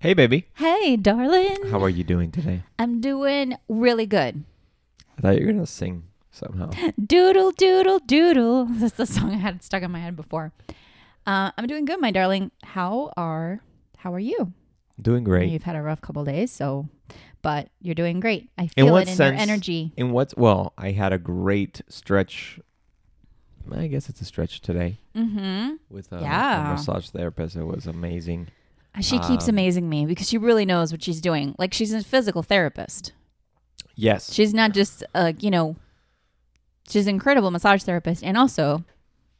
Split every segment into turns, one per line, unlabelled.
Hey, baby.
Hey, darling.
How are you doing today?
I'm doing really good.
I thought you were going to sing somehow.
Doodle, doodle, doodle. That's the song I had stuck in my head before. Uh, I'm doing good, my darling. How are How are you?
Doing
I know
great.
You've had a rough couple days, so, but you're doing great. I
In
feel
what
it in
sense-
your energy.
And what's, well, I had a great stretch. I guess it's a stretch today
Mm-hmm.
with uh, a, a
Yeah.
massage therapist. It was amazing.
She keeps
Um,
amazing me because she really knows what she's doing. Like she's a physical therapist.
Yes.
She's not just uh, you know, she's an incredible massage therapist, and also,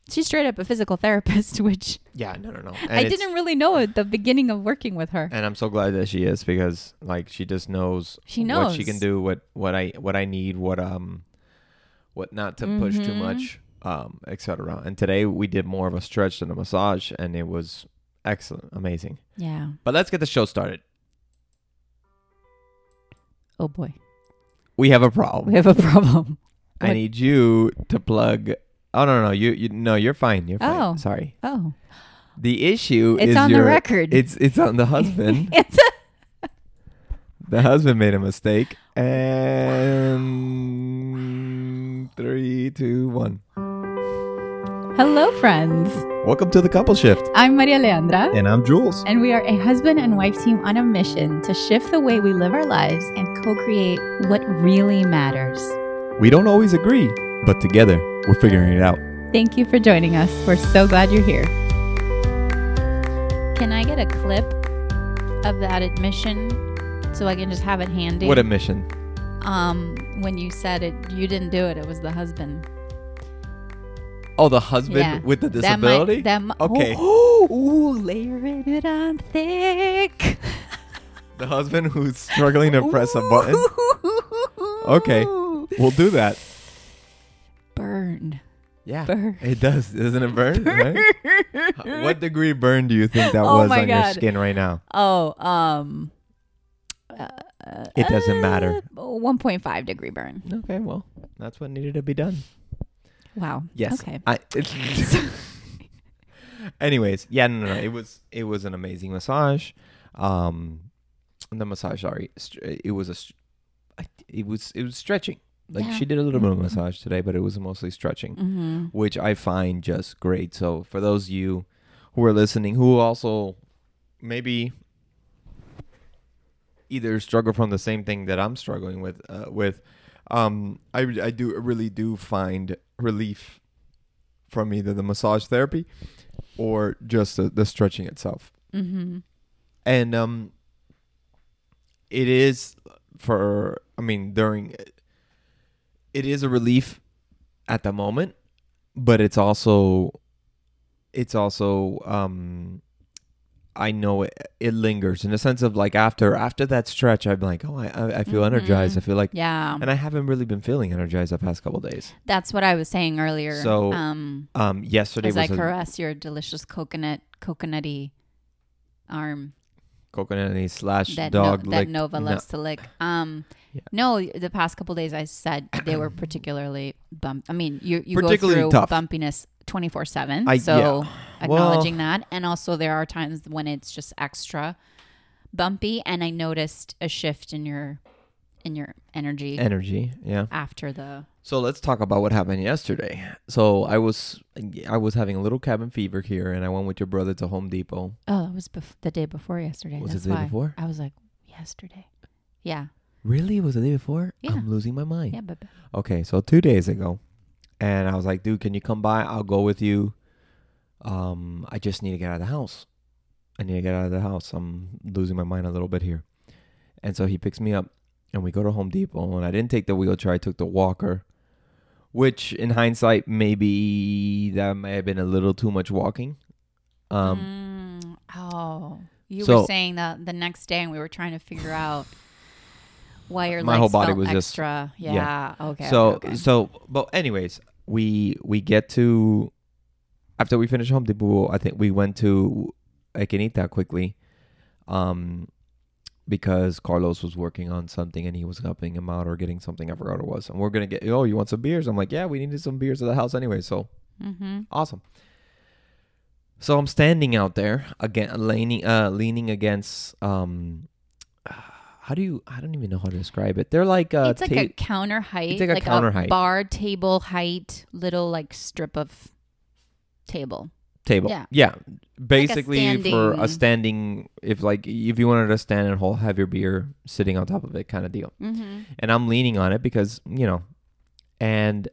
she's straight up a physical therapist, which.
yeah, no, no, no. And
I
it's-
didn't really know at the beginning of working with her.
And I'm so glad that she is because like she just knows
She
what she can
knows.
do, what what I what I need, what um what not to push too
Mhm.
much, um, etc. And today we did more of a stretch than a massage and it was excellent, amazing.
Yeah.
But let's get the show started.
Oh boy.
We have a problem.
We have a problem.
I
what-
need you to plug Oh no no no you, you no you're fine you're fine
Oh.
sorry
Oh.
the issue
It's
is
on
your-
the record.
it's it's on the husband
it's a,
The husband made a mistake. And three, two, one.
Hello friends.
Welcome to the couple shift.
I'm Maria Leandra
And I'm Jules.
and we are a husband and wife team on a mission to shift the way we live our lives and co-create what really matters.
We don't always agree, but together we're figuring it out.
Thank you for joining us. We're so glad you're here. Can I get a clip of that admission so I can just have it handy?
What a mission.
um when you said it you didn't do it, it was the husband.
Oh, the husband
Yeah.
with the
That might-
disability?
That might,
Okay.
Oh, ooh, layering it on thick.
the husband who's struggling to press a button? Okay. We'll do that.
Burn.
Yeah.
Burn.
It does. Doesn't it burn? Right? What degree burn do you think that
Oh
was
my
on your
God.
skin right now?
Oh, um.
It doesn't matter.
uh, 1.5 degree burn.
Okay, well, that's what needed to be done.
Wow.
Yes.
Okay.
I, anyways, yeah, no, no, no, it was it was an amazing massage. Um, the massage, sorry, st- it was a, st- I- it was it was stretching. Like
Yeah.
she did a little bit of massage today, but it was mostly stretching,
Mm-hmm.
which I find just great. So for those of you who are listening, who also maybe either struggle from the same thing that I'm struggling with, uh, with, um, I I do really do find relief from either the massage therapy or just the, the stretching itself.
Mm-hmm.
And um, it is for I mean during it is a relief at the moment, but it's also it's also um I know it, it lingers in the sense of like after after that stretch I'm like oh I I, I feel energized I feel like
Yeah.
and I haven't really been feeling energized the past couple days.
That's what I was saying earlier.
So,
um,
Um, yesterday
as I
was a
caress your delicious coconut, coconutty arm.
coconut slash
that
dog
no,
licked-
that Nova
no-
loves to lick. Um,
Yeah.
no, the past couple days I said they were particularly bump. I mean, you you
Particularly
go through
tough.
bumpiness twenty four seven.
I-
So
yeah.
acknowledging that, and also there are times when it's just extra bumpy, and I noticed a shift in your in your energy
energy yeah
after the
so let's talk about what happened yesterday so i was i was having a little cabin fever here and i went with your brother to home depot
oh it was bef- the day before yesterday.
Was it
That's
the day
why
before?
I was like yesterday. Yeah,
really was it the day before
Yeah.
i'm losing my mind
yeah, but
okay so two days ago and i was like dude can you come by i'll go with you um i just need to get out of the house i need to get out of the house i'm losing my mind a little bit here and so he picks me up and we go to home depot and i didn't take the wheelchair i took the walker which in hindsight maybe that may have been a little too much walking um
Mm, oh, you
so-
were saying that the next day, and we were trying to figure out why your
My
legs
whole body
felt
was just-
extra.
yeah.
yeah. Okay.
so
okay, okay.
so but anyways we we get to after we finish home depot i think we went to equinita quickly um because carlos was working on something and he was helping him out or getting something i forgot what it was and we're gonna get oh you
Mm-hmm.
want some beers i'm like yeah we needed some beers at the house anyway so
Mhm.
awesome So I'm standing out there again, leaning, uh, leaning against. Um, how do you? I don't even know how to describe it. They're like uh,
it's like
ta-
a counter height,
it's like a counter height.
bar table height, little like strip of table.
table.
yeah.
basically for
standing-
a standing. If like if you wanted to stand and hold, have your beer sitting on top of it, kind of deal.
Mm-hmm.
and I'm leaning on it because you know, and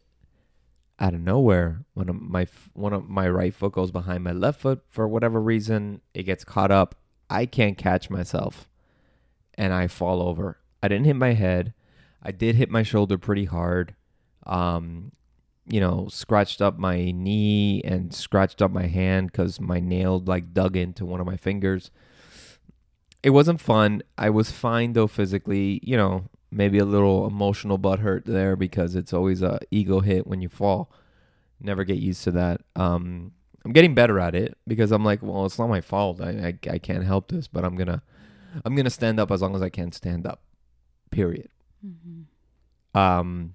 out of nowhere, one of my f- one of my right foot goes behind my left foot for whatever reason. It gets caught up. I can't catch myself, and I fall over. I didn't hit my head. I did hit my shoulder pretty hard. Um, you know, scratched up my knee and scratched up my hand because my nail like dug into one of my fingers. It wasn't fun. I was fine though physically. You know, maybe a little emotional butthurt there because it's always a ego hit when you fall. Never get used to that. Um, I'm getting better at it because I'm like, well, it's not my fault. I, I I can't help this, but I'm gonna I'm gonna stand up as long as I can stand up. Period.
Mm-hmm.
Um,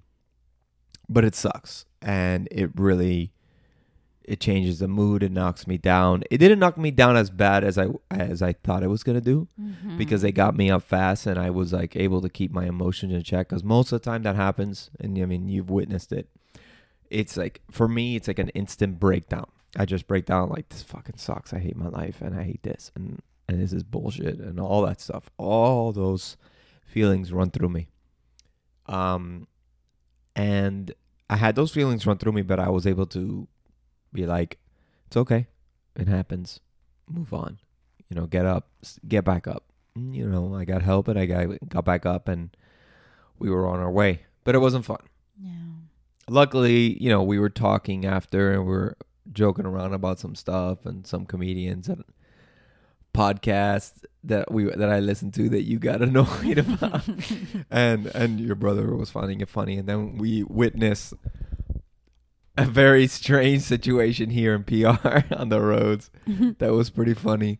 but it sucks, and it really it changes the mood. It knocks me down. It didn't knock me down as bad as I as I thought it was gonna do
Mm-hmm.
because they got me up fast and I was like able to keep my emotions in check because most of the time that happens and I mean you've witnessed it it's like for me it's like an instant breakdown I just break down like this fucking sucks I hate my life and I hate this and and this is bullshit and all that stuff all those feelings run through me um and I had those feelings run through me but I was able to be like it's okay it happens move on you know get up s- get back up you know, I got help and I got, got back up and we were on our way. But it wasn't fun.
yeah.
Luckily, you know, we were talking after and we were joking around about some stuff and some comedians and podcasts that we that I listened to that you got annoyed about. and and your brother was finding it funny and then we witnessed a very strange situation here in PR on the roads that was pretty funny.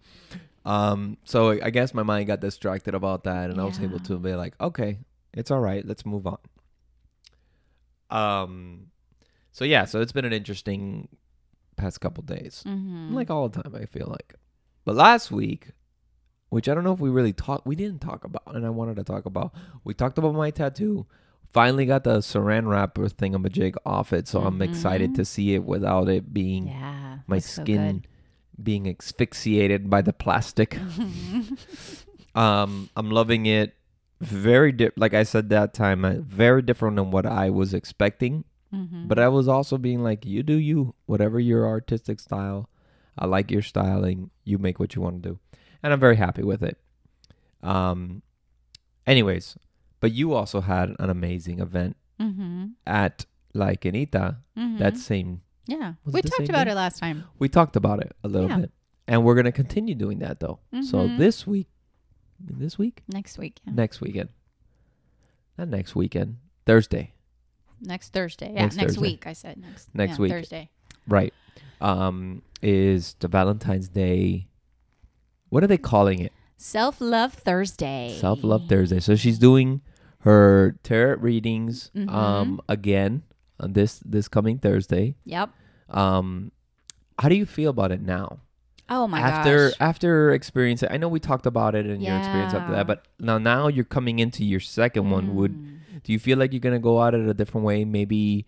Um, so I guess my mind got distracted about that, and I was able
Yeah.
to be like, okay, it's all right, let's move on. Um, so yeah, so it's been an interesting past couple days,
Mm-hmm.
like all the time, I feel like. But last week, which I don't know if we really talked, we didn't talk about, and I wanted to talk about. We talked about my tattoo. Finally got the saran wrapper thingamajig off it, so I'm excited
Mhm.
to see it without it being
yeah,
my
looks so
skin being asphyxiated by the plastic.
good.
Um, I'm loving it. Very di- like I said that time, uh, very different than what I was expecting.
Mhm.
But I was also being like, you do you, whatever your artistic style. I like your styling. You make what you want to do, and I'm very happy with it. Um, anyways, but you also had an amazing event
mm-hmm.
at La Quinita
Mm-hmm.
that same
yeah.
was
We
it the
talked
same
about
day?
it last time.
We talked about it a little
Yeah.
bit, and we're gonna continue doing that though. So
Mhm.
this week, this week,
Next week. yeah.
next weekend, not next weekend, Thursday,
Next Thursday. Yeah,
Next
next,
Thursday.
week. I said next.
Next
yeah,
week.
Thursday.
right? Um, is the Valentine's Day? What are they calling it?
Self love Thursday.
Self Love Thursday. So she's doing her tarot readings
Mhm.
um again on this this coming Thursday.
Yep.
Um, how do you feel about it now?
Oh my
after
gosh.
after experiencing I know we talked about it and your experience after
Yeah.
that, but now now you're coming into your second one. Would
Mm.
do you feel like you're gonna go out it a different way? Maybe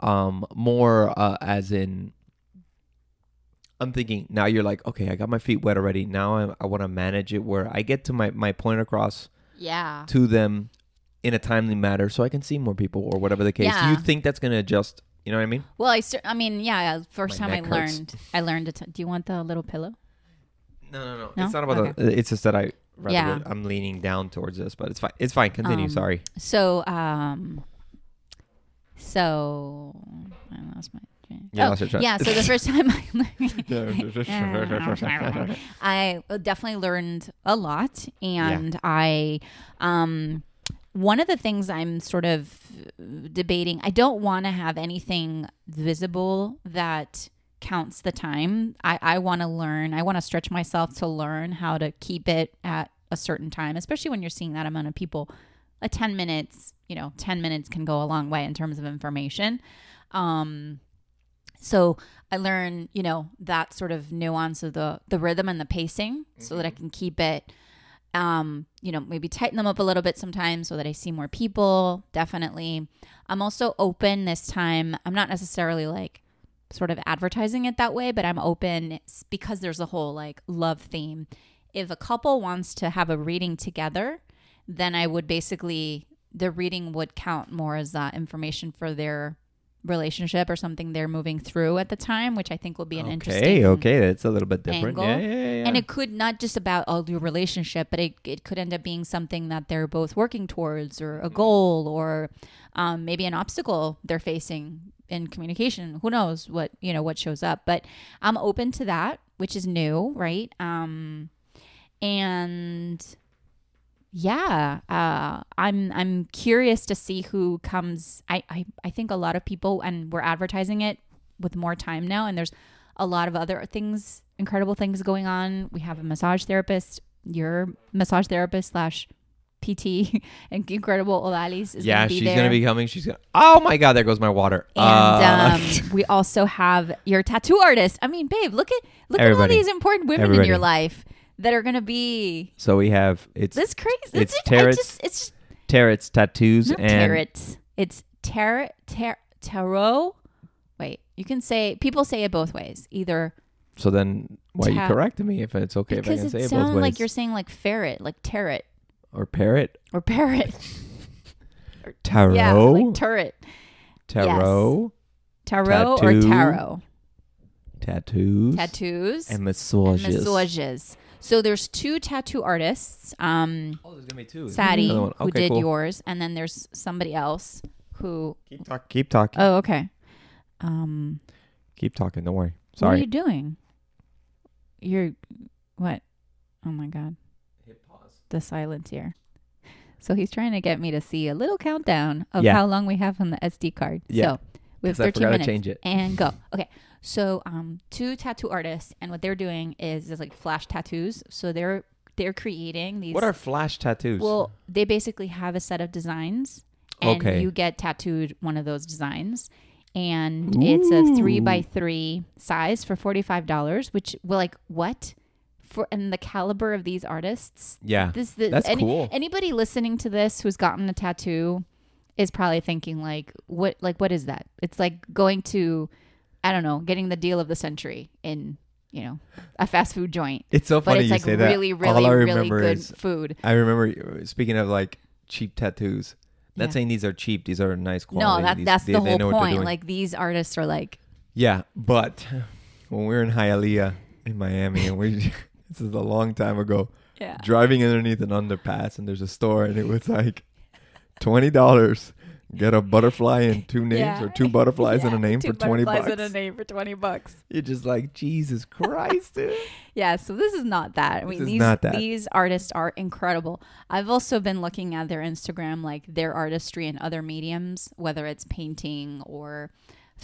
um more uh, as in I'm thinking now you're like, okay, I got my feet wet already. Now I, I want to manage it where I get to my, my point across
Yeah.
to them in a timely manner so I can see more people or whatever the case. Do you
Yeah.
think that's going to adjust? You know what I mean?
Well, I cer- I mean, yeah, first
My
time I
neck hurts.
learned I learned it. Do you want the little pillow?
No, no, no.
No?
It's not about the. It's just that I. Rather
Yeah.
would- I'm leaning down towards this, but it's fine. It's fine. Continue.
Um,
sorry.
So, um so I lost my train.
Yeah, I
oh,
lost your train.
yeah, so the first time I learned I definitely learned a lot and I um one of the things I'm sort of debating, I don't want to have anything visible that counts the time. I, I want to learn, I want to stretch myself to learn how to keep it at a certain time, especially when you're seeing that amount of people. A 10 minutes, you know, 10 minutes can go a long way in terms of information. Um, So I learn, you know, that sort of nuance of the the rhythm and the pacing so that I can keep it um, you know, maybe tighten them up a little bit sometimes so that I see more people, definitely. I'm also open this time. I'm not necessarily like sort of advertising it that way, but I'm open s- because there's a whole like love theme. If a couple wants to have a reading together, then I would basically the reading would count more as uh, information for their relationship or something they're moving through at the time, which I think will be an
Okay,
interesting
okay, that's a little bit different.
angle.
Yeah, yeah, yeah, yeah.
And it could not just about all your relationship, but it, it could end up being something that they're both working towards or a goal or um, maybe an obstacle they're facing in communication. Who knows what, you know, what shows up. But I'm open to that, which is new, right? Um, and yeah, uh, I'm I'm curious to see who comes. I, I I think a lot of people, and we're advertising it with more time now, and there's a lot of other things, incredible things going on. We have a massage therapist. Your massage therapist slash PT, and incredible Olalis is
yeah,
gonna be
she's
there.
gonna be coming. She's gonna. Oh my God, there goes my water. Uh,
and um, we also have your tattoo artist. I mean, babe, look at look
Everybody.
at all these important women in your
Everybody.
life that are gonna be
so we have it's
this crazy.
It's
just- I
Tarot's
just- it's just
Tarot's tattoos
Not
and
tarot. It's tarot, tar- tarot. Wait, you can say people say it both ways. Either
so then why
Ta-
you corrected me if it's okay if I
because
can say
it
it both
sounds
ways
like you're saying like ferret, like tarot
or parrot
or parrot.
tarot
Yeah, like turret,
tarot
tarot or
Tattoo.
tarot.
tattoos
Tattoos
and
and
massages.
massages. So there's two tattoo artists. Um,
Oh, there's gonna be two.
Sadi,
Another one.
who
Okay,
did
cool.
yours, and then there's somebody else who.
Keep, talk- keep talking.
Oh, okay. Um,
keep talking. Don't worry.
What are
Sorry.
you doing? You're what? Oh my god. The silence here. So he's trying to get me to see a little countdown of
Yeah.
how long we have on the SD card.
Yeah.
So we have
'Cause I
13
forgot to
minutes
change it.
and go. Okay. So um two tattoo artists and what they're doing is is like flash tattoos. So they're they're creating these
What are flash tattoos?
well, they basically have a set of designs, and
Okay.
you get tattooed one of those designs. And it's a three by three size for forty five dollars, which we're like, what? For and the caliber of these artists,
yeah.
this, this
That's
any-
cool.
Anybody listening to this who's gotten a tattoo is probably thinking like, what? Like, what is that? It's like going to, I don't know, getting the deal of the century in you know a fast food joint.
It's so
But
funny
it's
you
like
say
really,
that.
really,
All I
really
remember
good
is
food.
I remember uh, speaking of like cheap tattoos. Not
Yeah.
saying these are cheap; these are nice quality.
No, that,
These-
that's
they-
the
they
whole
know what they're
point.
doing.
Like these artists are like,
yeah, but when we were in Hialeah in Miami, and we this is a long time ago,
yeah,
driving underneath an underpass, and there's a store, and it was like twenty dollars. Get a butterfly and two names,
Yeah.
or two butterflies and a name for twenty bucks.
and a name for twenty bucks.
You're just like Jesus Christ, dude.
Yeah, so this is not that. I mean,
is
these
not that.
these artists are incredible. I've also been looking at their Instagram, like their artistry and other mediums, whether it's painting or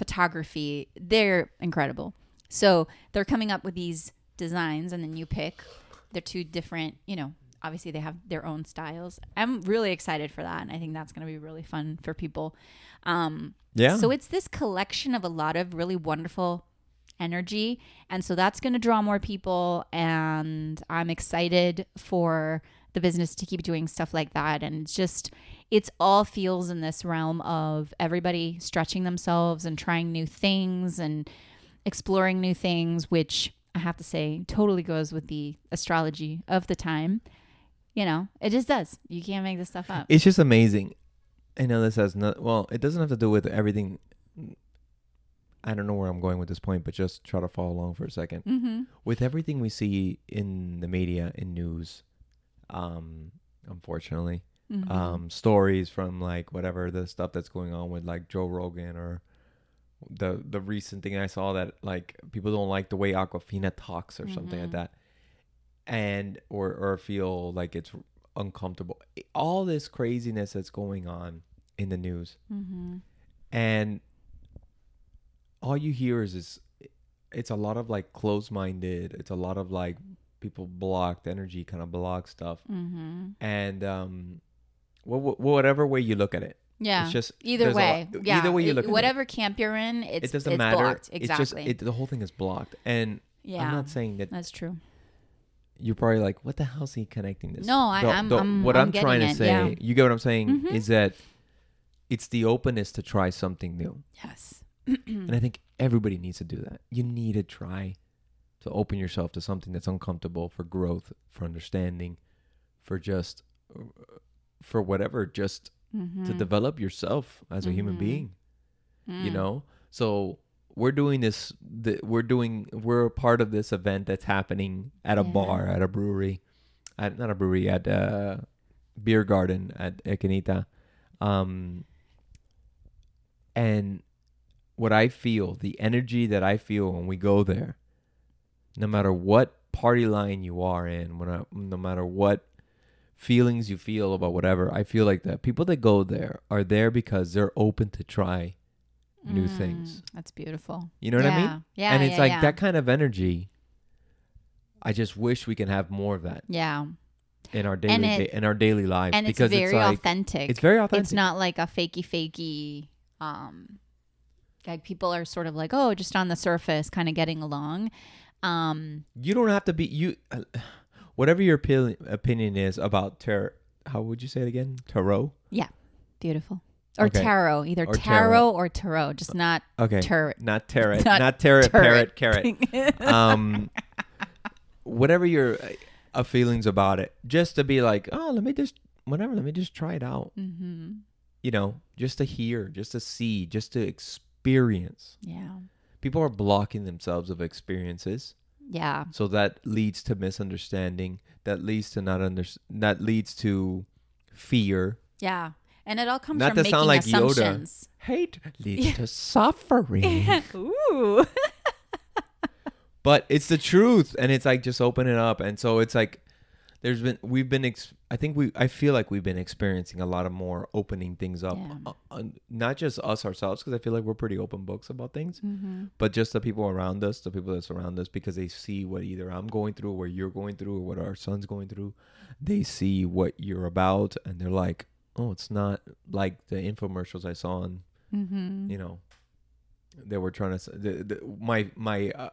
photography. They're incredible. So they're coming up with these designs, and then you pick. They're two different, you know. Obviously, they have their own styles. I'm really excited for that, and I think that's going to be really fun for people. Um,
Yeah.
so it's this collection of a lot of really wonderful energy. And so that's going to draw more people. And I'm excited for the business to keep doing stuff like that. And it's just, it's all feels in this realm of everybody stretching themselves and trying new things and exploring new things, which I have to say totally goes with the astrology of the time. You know, it just does. You can't make this stuff up.
It's just amazing. I know this has no. Well, it doesn't have to do with everything. I don't know where I'm going with this point, but just try to follow along for a second.
mm-hmm.
With everything we see in the media, in news, um, unfortunately,
Mm-hmm.
um, stories from like whatever the stuff that's going on with like Joe Rogan or the the recent thing I saw that like people don't like the way Aquafina talks or something like
Mhm.
that, and or or feel like it's uncomfortable. All this craziness that's going on in the news,
mm-hmm.
and all you hear is is it's a lot of like close minded. It's a lot of like people blocked energy, kind of block stuff
Mm-hmm.
and um, wh- wh- whatever way you look at it,
Yeah.
It's just
either
there's a
way.
lot-
yeah.
Either way you
It-
look at it.
Whatever camp you're in, it's,
it doesn't
it's
matter.
blocked.
It's just
Exactly.
it, the whole thing is blocked. And
yeah.
I'm not saying that
that's true.
you're probably like, what the hell's he connecting this?
No, I-
The-
I'm-
the-
I'm-
What
I'm
I'm, trying
getting
to
it,
say,
yeah. Mm-hmm.
you get what I'm saying, is that it's the openness to try something new,
Yes. Mm.
and I think everybody needs to do that. You need to try to open yourself to something that's uncomfortable for growth, for understanding, for just uh, for whatever, just
Mm.
to develop yourself as a human being.
Mm-hmm.
You
Mm.
know, so we're doing this. The, we're doing. We're a part of this event that's happening at a
Yeah.
bar, at a brewery, at not a brewery, at a beer garden at Ecanita. Um, and what I feel, the energy that I feel when we go there, no matter what party line you are in, when I, no matter what feelings you feel about whatever, I feel like that people that go there are there because they're open to try new things.
Mm-hmm. That's beautiful.
You know what
Mm. yeah.
I mean?
Yeah.
and it's
yeah,
like
yeah.
that kind of energy. I just wish we can have more of that
Yeah.
in our daily
it-
in our daily lives
And it's
because
very
it's like
authentic.
it's very authentic.
It's not like a fakey fakey. Um, like people are sort of like, oh, just on the surface, kind of getting along. Um,
you don't have to be you uh, whatever your opinion, opinion is about tarot how would you say it again tarot
yeah, beautiful. Or
Okay.
tarot, either
Or
tarot,
tarot.
or tarot, just not
okay
Tarot.
not tarot
Not
not, tarot parrot
turret.
carrot um whatever your uh, uh, feelings about it just to be like oh let me just whatever let me just try it out
mm-hmm.
you know just to hear just to see just to experience
Yeah.
people are blocking themselves of experiences
Yeah.
So that leads to misunderstanding. That leads to not under. That leads to fear.
Yeah. And it all comes
Not to
from making
sound like Yoda.
assumptions.
Hate leads to suffering.
Ooh.
but it's the truth, and it's like just open it up. And so it's like there's been we've been. Ex- I think we. I feel like we've been experiencing a lot of more opening things up.
Yeah.
Uh, uh, not just us ourselves, because I feel like we're pretty open books about things.
mm-hmm.
but just the people around us, the people that surround us, because they see what either I'm going through, what you're going through, or what our son's going through. They see what you're about, and they're like, "Oh, it's not like the infomercials I saw on,
Mm-hmm.
you know, they were trying to s- the, the, my my uh,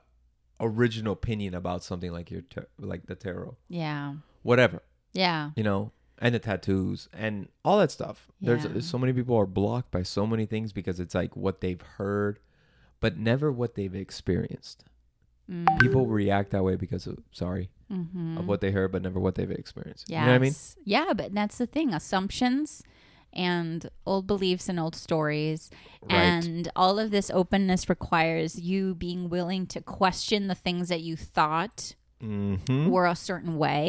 original opinion about something like your tar- like the tarot,
Yeah.
whatever,
Yeah.
you know." And the tattoos and all that stuff.
Yeah.
There's so many people are blocked by so many things because it's like what they've heard, but never what they've experienced
Mm.
people react that way because of sorry
Mm-hmm.
of what they heard but never what they've experienced
Yes.
you know what i mean
Yeah, but that's the thing. Assumptions and old beliefs and old stories.
Right.
And all of this openness requires you being willing to question the things that you thought
mm-hmm.
were a certain way.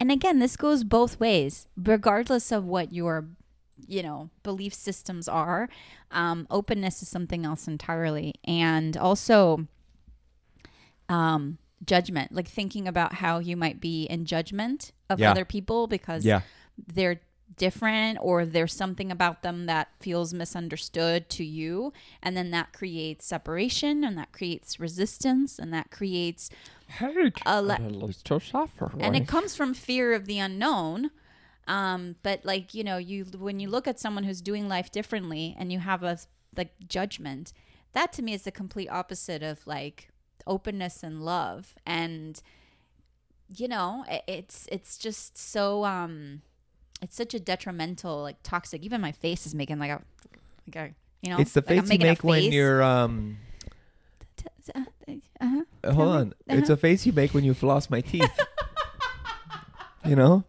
And again, this goes both ways, regardless of what your, you know, belief systems are. Um, openness is something else entirely, and also um, judgment, like thinking about how you might be in judgment of
Yeah.
other people because
yeah
they're different or there's something about them that feels misunderstood to you and then that creates separation and that creates resistance and that creates
hate
A le-
to suffer
and it comes from fear of the unknown um but like you know you when you look at someone who's doing life differently and you have a like judgment that to me is the complete opposite of like openness and love and you know i- it's it's just so um it's such a detrimental like toxic even my face is making like a like a you know
it's the
like
face
I'm
you
making a
make when
face.
you're um
uh-huh.
uh, hold on it's a face you make when you floss my teeth you know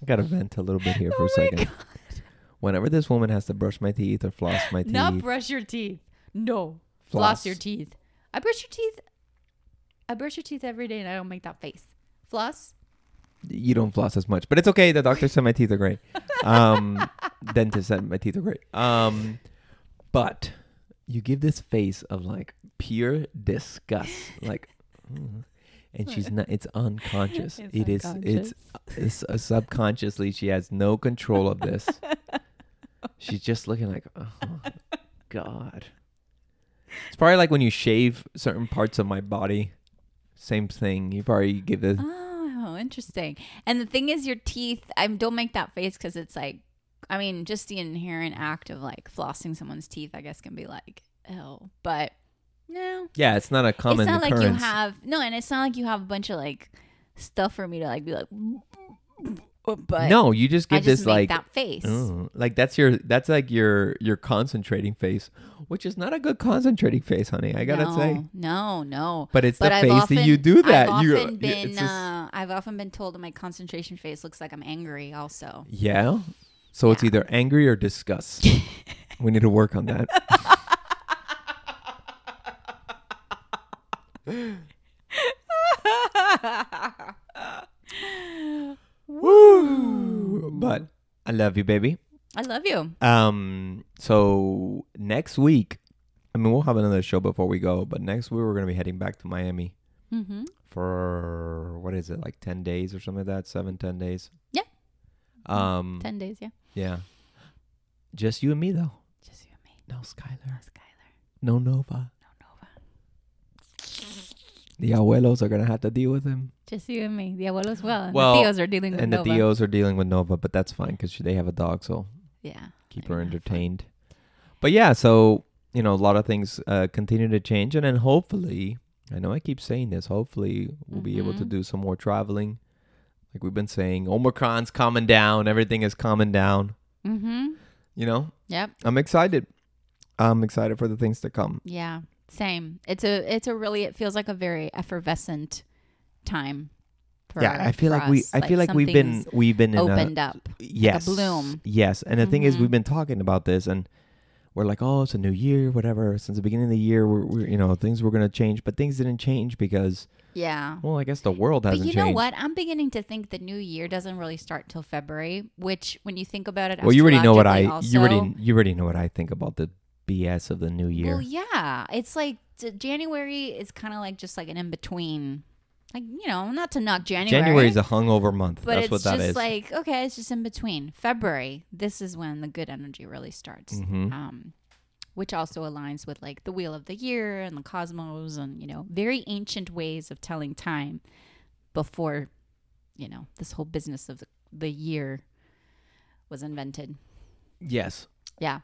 i gotta vent a little bit here
Oh
for a second whenever this woman has to brush my teeth or floss my teeth
Not brush your teeth. No. Floss.
Floss.
your teeth. I brush your teeth. I brush your teeth every day and I don't make that face. Floss?
you don't floss as much, but it's okay. The doctor said my teeth are great. Um, dentist said my teeth are great. Um, but you give this face of like pure disgust, like, "Mm." and she's not. It's unconscious.
It's
It is-
unconscious.
It's, it's subconsciously she has no control of this. She's just looking like, oh god. It's probably like when you shave certain parts of my body. Same thing. You probably give
Uh,
this.
Oh, interesting. And the thing is, your teeth, I don't make that face because it's like I mean, just the inherent act of like flossing someone's teeth, I guess, can be like, oh, but no,
Yeah, it's not a common
it's not
occurrence.
like you have no, and it's not like you have a bunch of like stuff for me to like be like, but
no, you just
I
give
just
this
make
like
that face.
"Oh," like that's your that's like your your concentrating face, which is not a good concentrating face, honey. I gotta
no,
say,
no, no.
but it's the
I've
face that you do that.
I've
you,
often
you-
been,
it's just-
uh, I've often been told that my concentration face looks like I'm angry. Also,
yeah. So it's
yeah.
either angry or disgust. we need to work on that. Woo! But I love you, baby.
I love you.
Um, so next week, I mean, we'll have another show before we go, but next week we're gonna be heading back to Miami
Mm-hmm.
for what is it, like ten days or something like that, seven, ten days.
Yeah.
Um.
Ten days, yeah.
Yeah. Just you and me though.
Just you and me,
No Skylar.
Skylar.
No Nova.
No Nova.
The abuelos are gonna have to deal with him,
Just you and me. The abuelos well. and
Well,
the tios are dealing with
and
Nova.
the Dios are dealing with Nova, but that's fine because they have a dog, so
yeah.
keep
They're
her
gonna have fun.
entertained. But yeah, so you know, a lot of things uh, continue to change, and then hopefully, I know I keep saying this. Hopefully, we'll be able to
Mhm.
do some more traveling, like we've been saying. Omicron's coming down. Everything is coming down.
Mm-hmm.
You know,
Yep.
I'm excited. I'm excited for the things to come.
Yeah. Same. It's a. It's a really. It feels like a very effervescent time. For,
yeah, I feel
for
like we.
us.
I feel like we've been
something's
we've been in a,
opened up.
yes
bloom.
yes and the thing is
Mhm.
we've been talking about this and we're like oh it's a new year whatever since the beginning of the year we're, we're you know things were going to change but things didn't change because
Yeah.
well i guess the world hasn't
but you know
changed
what? I'm beginning to think the new year doesn't really start till February, which, when you think about it,
well you already know what i
astrologically
you already
also-
you already know what i think about the bs of the new year
Well, yeah, it's like t- January is kind of like just like an in between, like you know, not to knock January.
january is a hungover month
but
that's
it's
what that
just
is
like okay, it's just in between. February, this is when the good energy really starts,
Mhm.
um, which also aligns with like the wheel of the year and the cosmos and you know very ancient ways of telling time before you know this whole business of the, the year was invented.
yes
Yeah,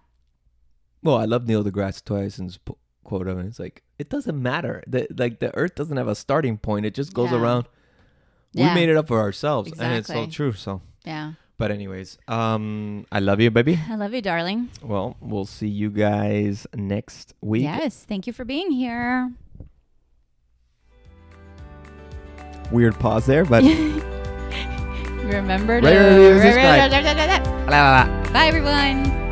well i love neil degrasse tyson's p- quote of it it's like it doesn't matter the, like the earth doesn't have a starting point it just goes
Yeah.
around
Yeah.
we made it up for ourselves and it's so
Exactly.
true so
yeah.
But anyways, um, I love you, baby.
I love you, darling.
Well, we'll see you guys next week.
Yes, thank you for being here.
Weird pause there, but
Remember to
Rate, review, subscribe.
Bye, everyone.